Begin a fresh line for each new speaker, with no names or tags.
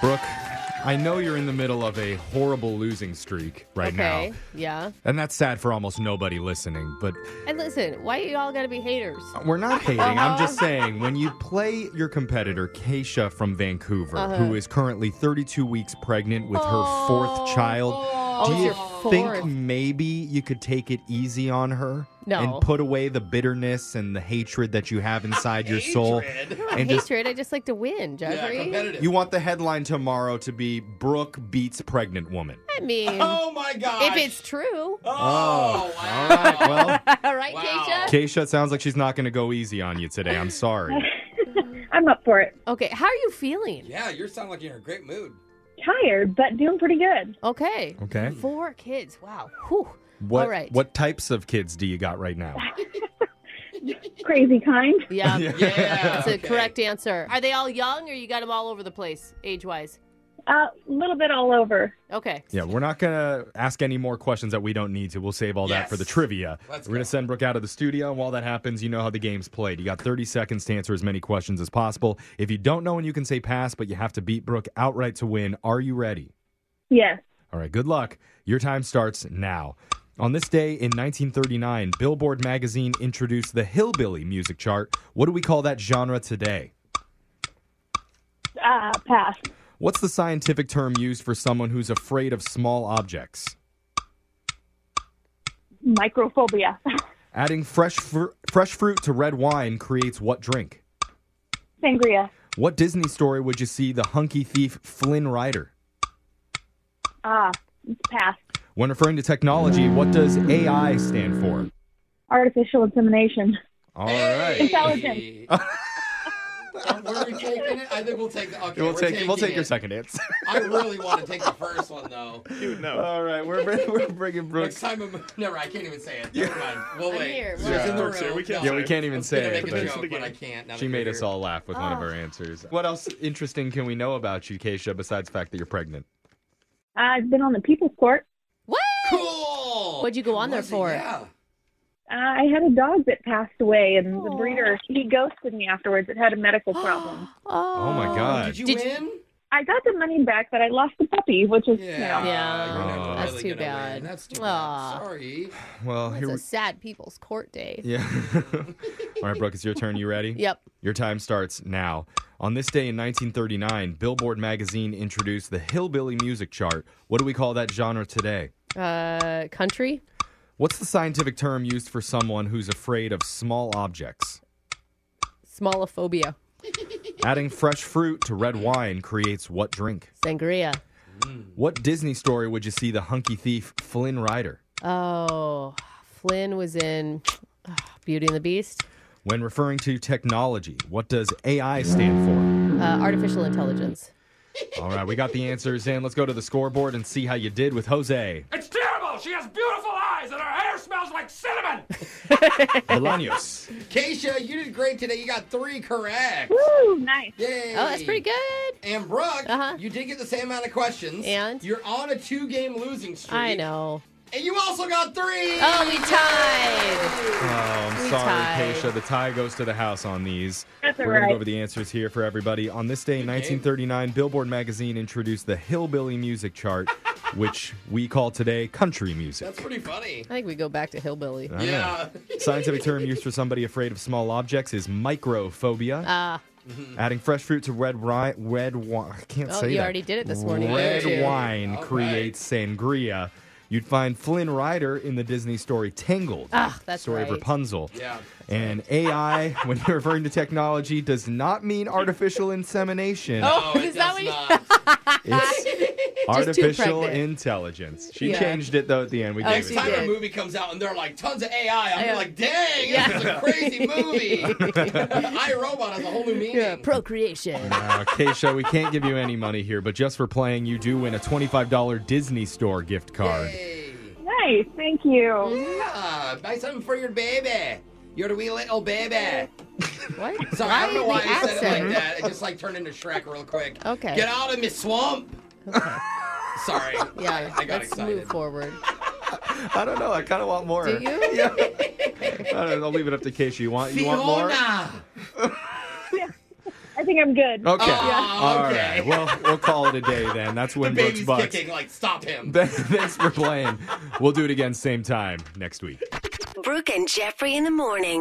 Brooke, I know you're in the middle of a horrible losing streak right
okay.
now.
Yeah.
And that's sad for almost nobody listening, but
And listen, why you all gotta be haters?
we're not
Uh-huh.
hating. I'm just saying, when you play your competitor, Keisha from Vancouver,
Uh-huh.
who is currently 32 weeks pregnant with her fourth child, do
Oh. it's
you
your
think
fourth.
maybe you could take it easy on her?
No.
And put away the bitterness and the hatred that you have inside your soul. And just
Hatred. I just like to win, Jeffrey.
You want the headline tomorrow to be Brooke beats pregnant woman.
I mean,
Oh my god.
if it's true,
Oh,
All
wow.
right, well,
all right, Keisha.
Keisha, it sounds like she's not going to go easy on you today. I'm sorry.
I'm up for it.
Okay, how are you feeling?
Yeah, you sound like you're in a great mood.
Tired, but doing pretty good.
Okay.
Okay.
Four kids. Wow. Whew.
What
All right.
what types of kids do you got right now?
Crazy kind.
Yeah.
Yeah.
That's the correct answer. Are they all young or you got them all over the place age wise?
A little bit all over.
Okay.
Yeah, we're not going to ask any more questions that we don't need to. We'll save all that for the
Yes.
trivia.
Let's
we're going
go.
to send Brooke out of the studio, and while that happens, you know how the game's played. You got 30 seconds to answer as many questions as possible. If you don't know and you can say pass, but you have to beat Brooke outright to win, are you ready?
Yes.
All right, good luck. Your time starts now. On this day in 1939, Billboard magazine introduced the hillbilly music chart. What do we call that genre today?
Uh, pass.
What's the scientific term used for someone who's afraid of small objects?
Microphobia.
Adding fresh fr- fresh fruit to red wine creates what drink?
Sangria.
What Disney story would you see the hunky thief Flynn Rider?
Ah, pass.
When referring to technology, what does AI stand for?
Artificial insemination.
All right.
Intelligent.
We're taking it. I think we'll take the. Okay,
We'll
we're
take, we'll
taking
take your
it.
second answer.
I really want to take the first one though.
All right, we're, bring- we're bringing Brooks
Next time, I'm, never. I can't even say it. Never mind. We'll
I'm
wait.
here.
She's
Yeah.
in the room.
Here, we can't
Yeah,
say
we
it.
can't even
I'm
say
gonna
it.
make a
but
joke, but I can't. now
She
that
made
you're
us
here.
all laugh with
Oh.
one of her answers. What else interesting can we know about you, Keisha, besides the fact that you're pregnant?
I've been on the People's Court.
What?
Cool.
What'd you go on there
Was it?
for?
Yeah.
Uh, I had a dog that passed away, and the breeder he ghosted me afterwards. It had a medical problem.
Oh,
Oh my God!
Did you
Did you-
win?
I got the money back, but I lost the puppy, which is you know,
Yeah,
you're never
Oh.
that's too
gonna
bad.
win. That's too
Aw.
bad. Sorry.
well,
That's
here
a
we.
sad people's court day.
Yeah. all right, Brooke, it's your turn. You ready?
Yep.
Your time starts now. On this day in 1939, Billboard magazine introduced the hillbilly music chart. What do we call that genre today?
Uh, country.
What's the scientific term used for someone who's afraid of small objects?
Smallophobia.
Adding fresh fruit to red wine creates what drink?
Sangria.
What Disney story would you see the hunky thief Flynn Rider?
Oh, Flynn was in ah, Beauty and the Beast.
When referring to technology, what does AI stand
Uh, artificial intelligence.
for? All right, we got the answers in. Let's go to the scoreboard and see how you did with Jose
It's terrible! She has beautiful eyes and her hair smells like cinnamon!
Bolaños.
Keisha, you did great today. You got three correct.
woo, nice.
Yay.
Oh, that's pretty good.
And Brooke,
Uh-huh.
you did get the same amount of questions.
And?
you're on a two-game losing streak.
I know.
And you also got three.
Oh, we tied.
Oh, I'm
We
sorry,
tied.
Keisha. The tie goes to the house on these.
That's
We're
all
going to
right.
go over the answers here for everybody. On this day in 1939, Billboard magazine introduced the hillbilly music chart, which we call today country music.
That's pretty funny.
I think we go back to hillbilly.
I know.
yeah.
Scientific term used for somebody afraid of small objects is microphobia.
Ah,
Adding fresh fruit to red wine, red wine. I can't
Oh,
say
you
that.
already did it this morning,
Red
didn't you?
wine
All
creates sangria. You'd find Flynn Rider in the Disney story Tangled,
Ah, that's
story of
right.
Rapunzel.
Yeah.
And AI, when you're referring to technology, does not mean artificial insemination.
Oh,
No, it
is that what
does
you-
not.
It's
Just too
artificial
pregnant.
intelligence. She
Yeah.
changed it though at the end. We
Oh,
gave
Next
she
it. to
time
her.
did.
a movie comes out and they're like tons of AI, I'm
Yeah.
like, dang,
Yeah.
this is a crazy movie. I Robot has a whole new meaning.
yeah, procreation.
Uh, Keisha, we can't give you any money here, but just for playing, you do win a $25 Disney Store gift card.
Hey.
Nice, thank you.
Yeah, buy something for your baby. You're the wee little baby.
What?
Sorry, I don't know why
the
I said it
accent?
like that. It just like turned into Shrek real quick.
Okay.
Get out of me swamp. Sorry.
Yeah,
I got
let's
excited.
move forward.
I don't know. I kind of want more.
Do you?
Yeah. I don't know, I'll leave it up to Keisha. You want you want more?
Fiona.
I I think I'm good.
Okay.
Oh,
All
okay.
right. Well, we'll call it a day then. That's
The
when Brooks
baby's
Bucks.
kicking. Like, stop him.
Thanks for playing. We'll do it again same time next week.
Brooke and Jeffrey in the morning.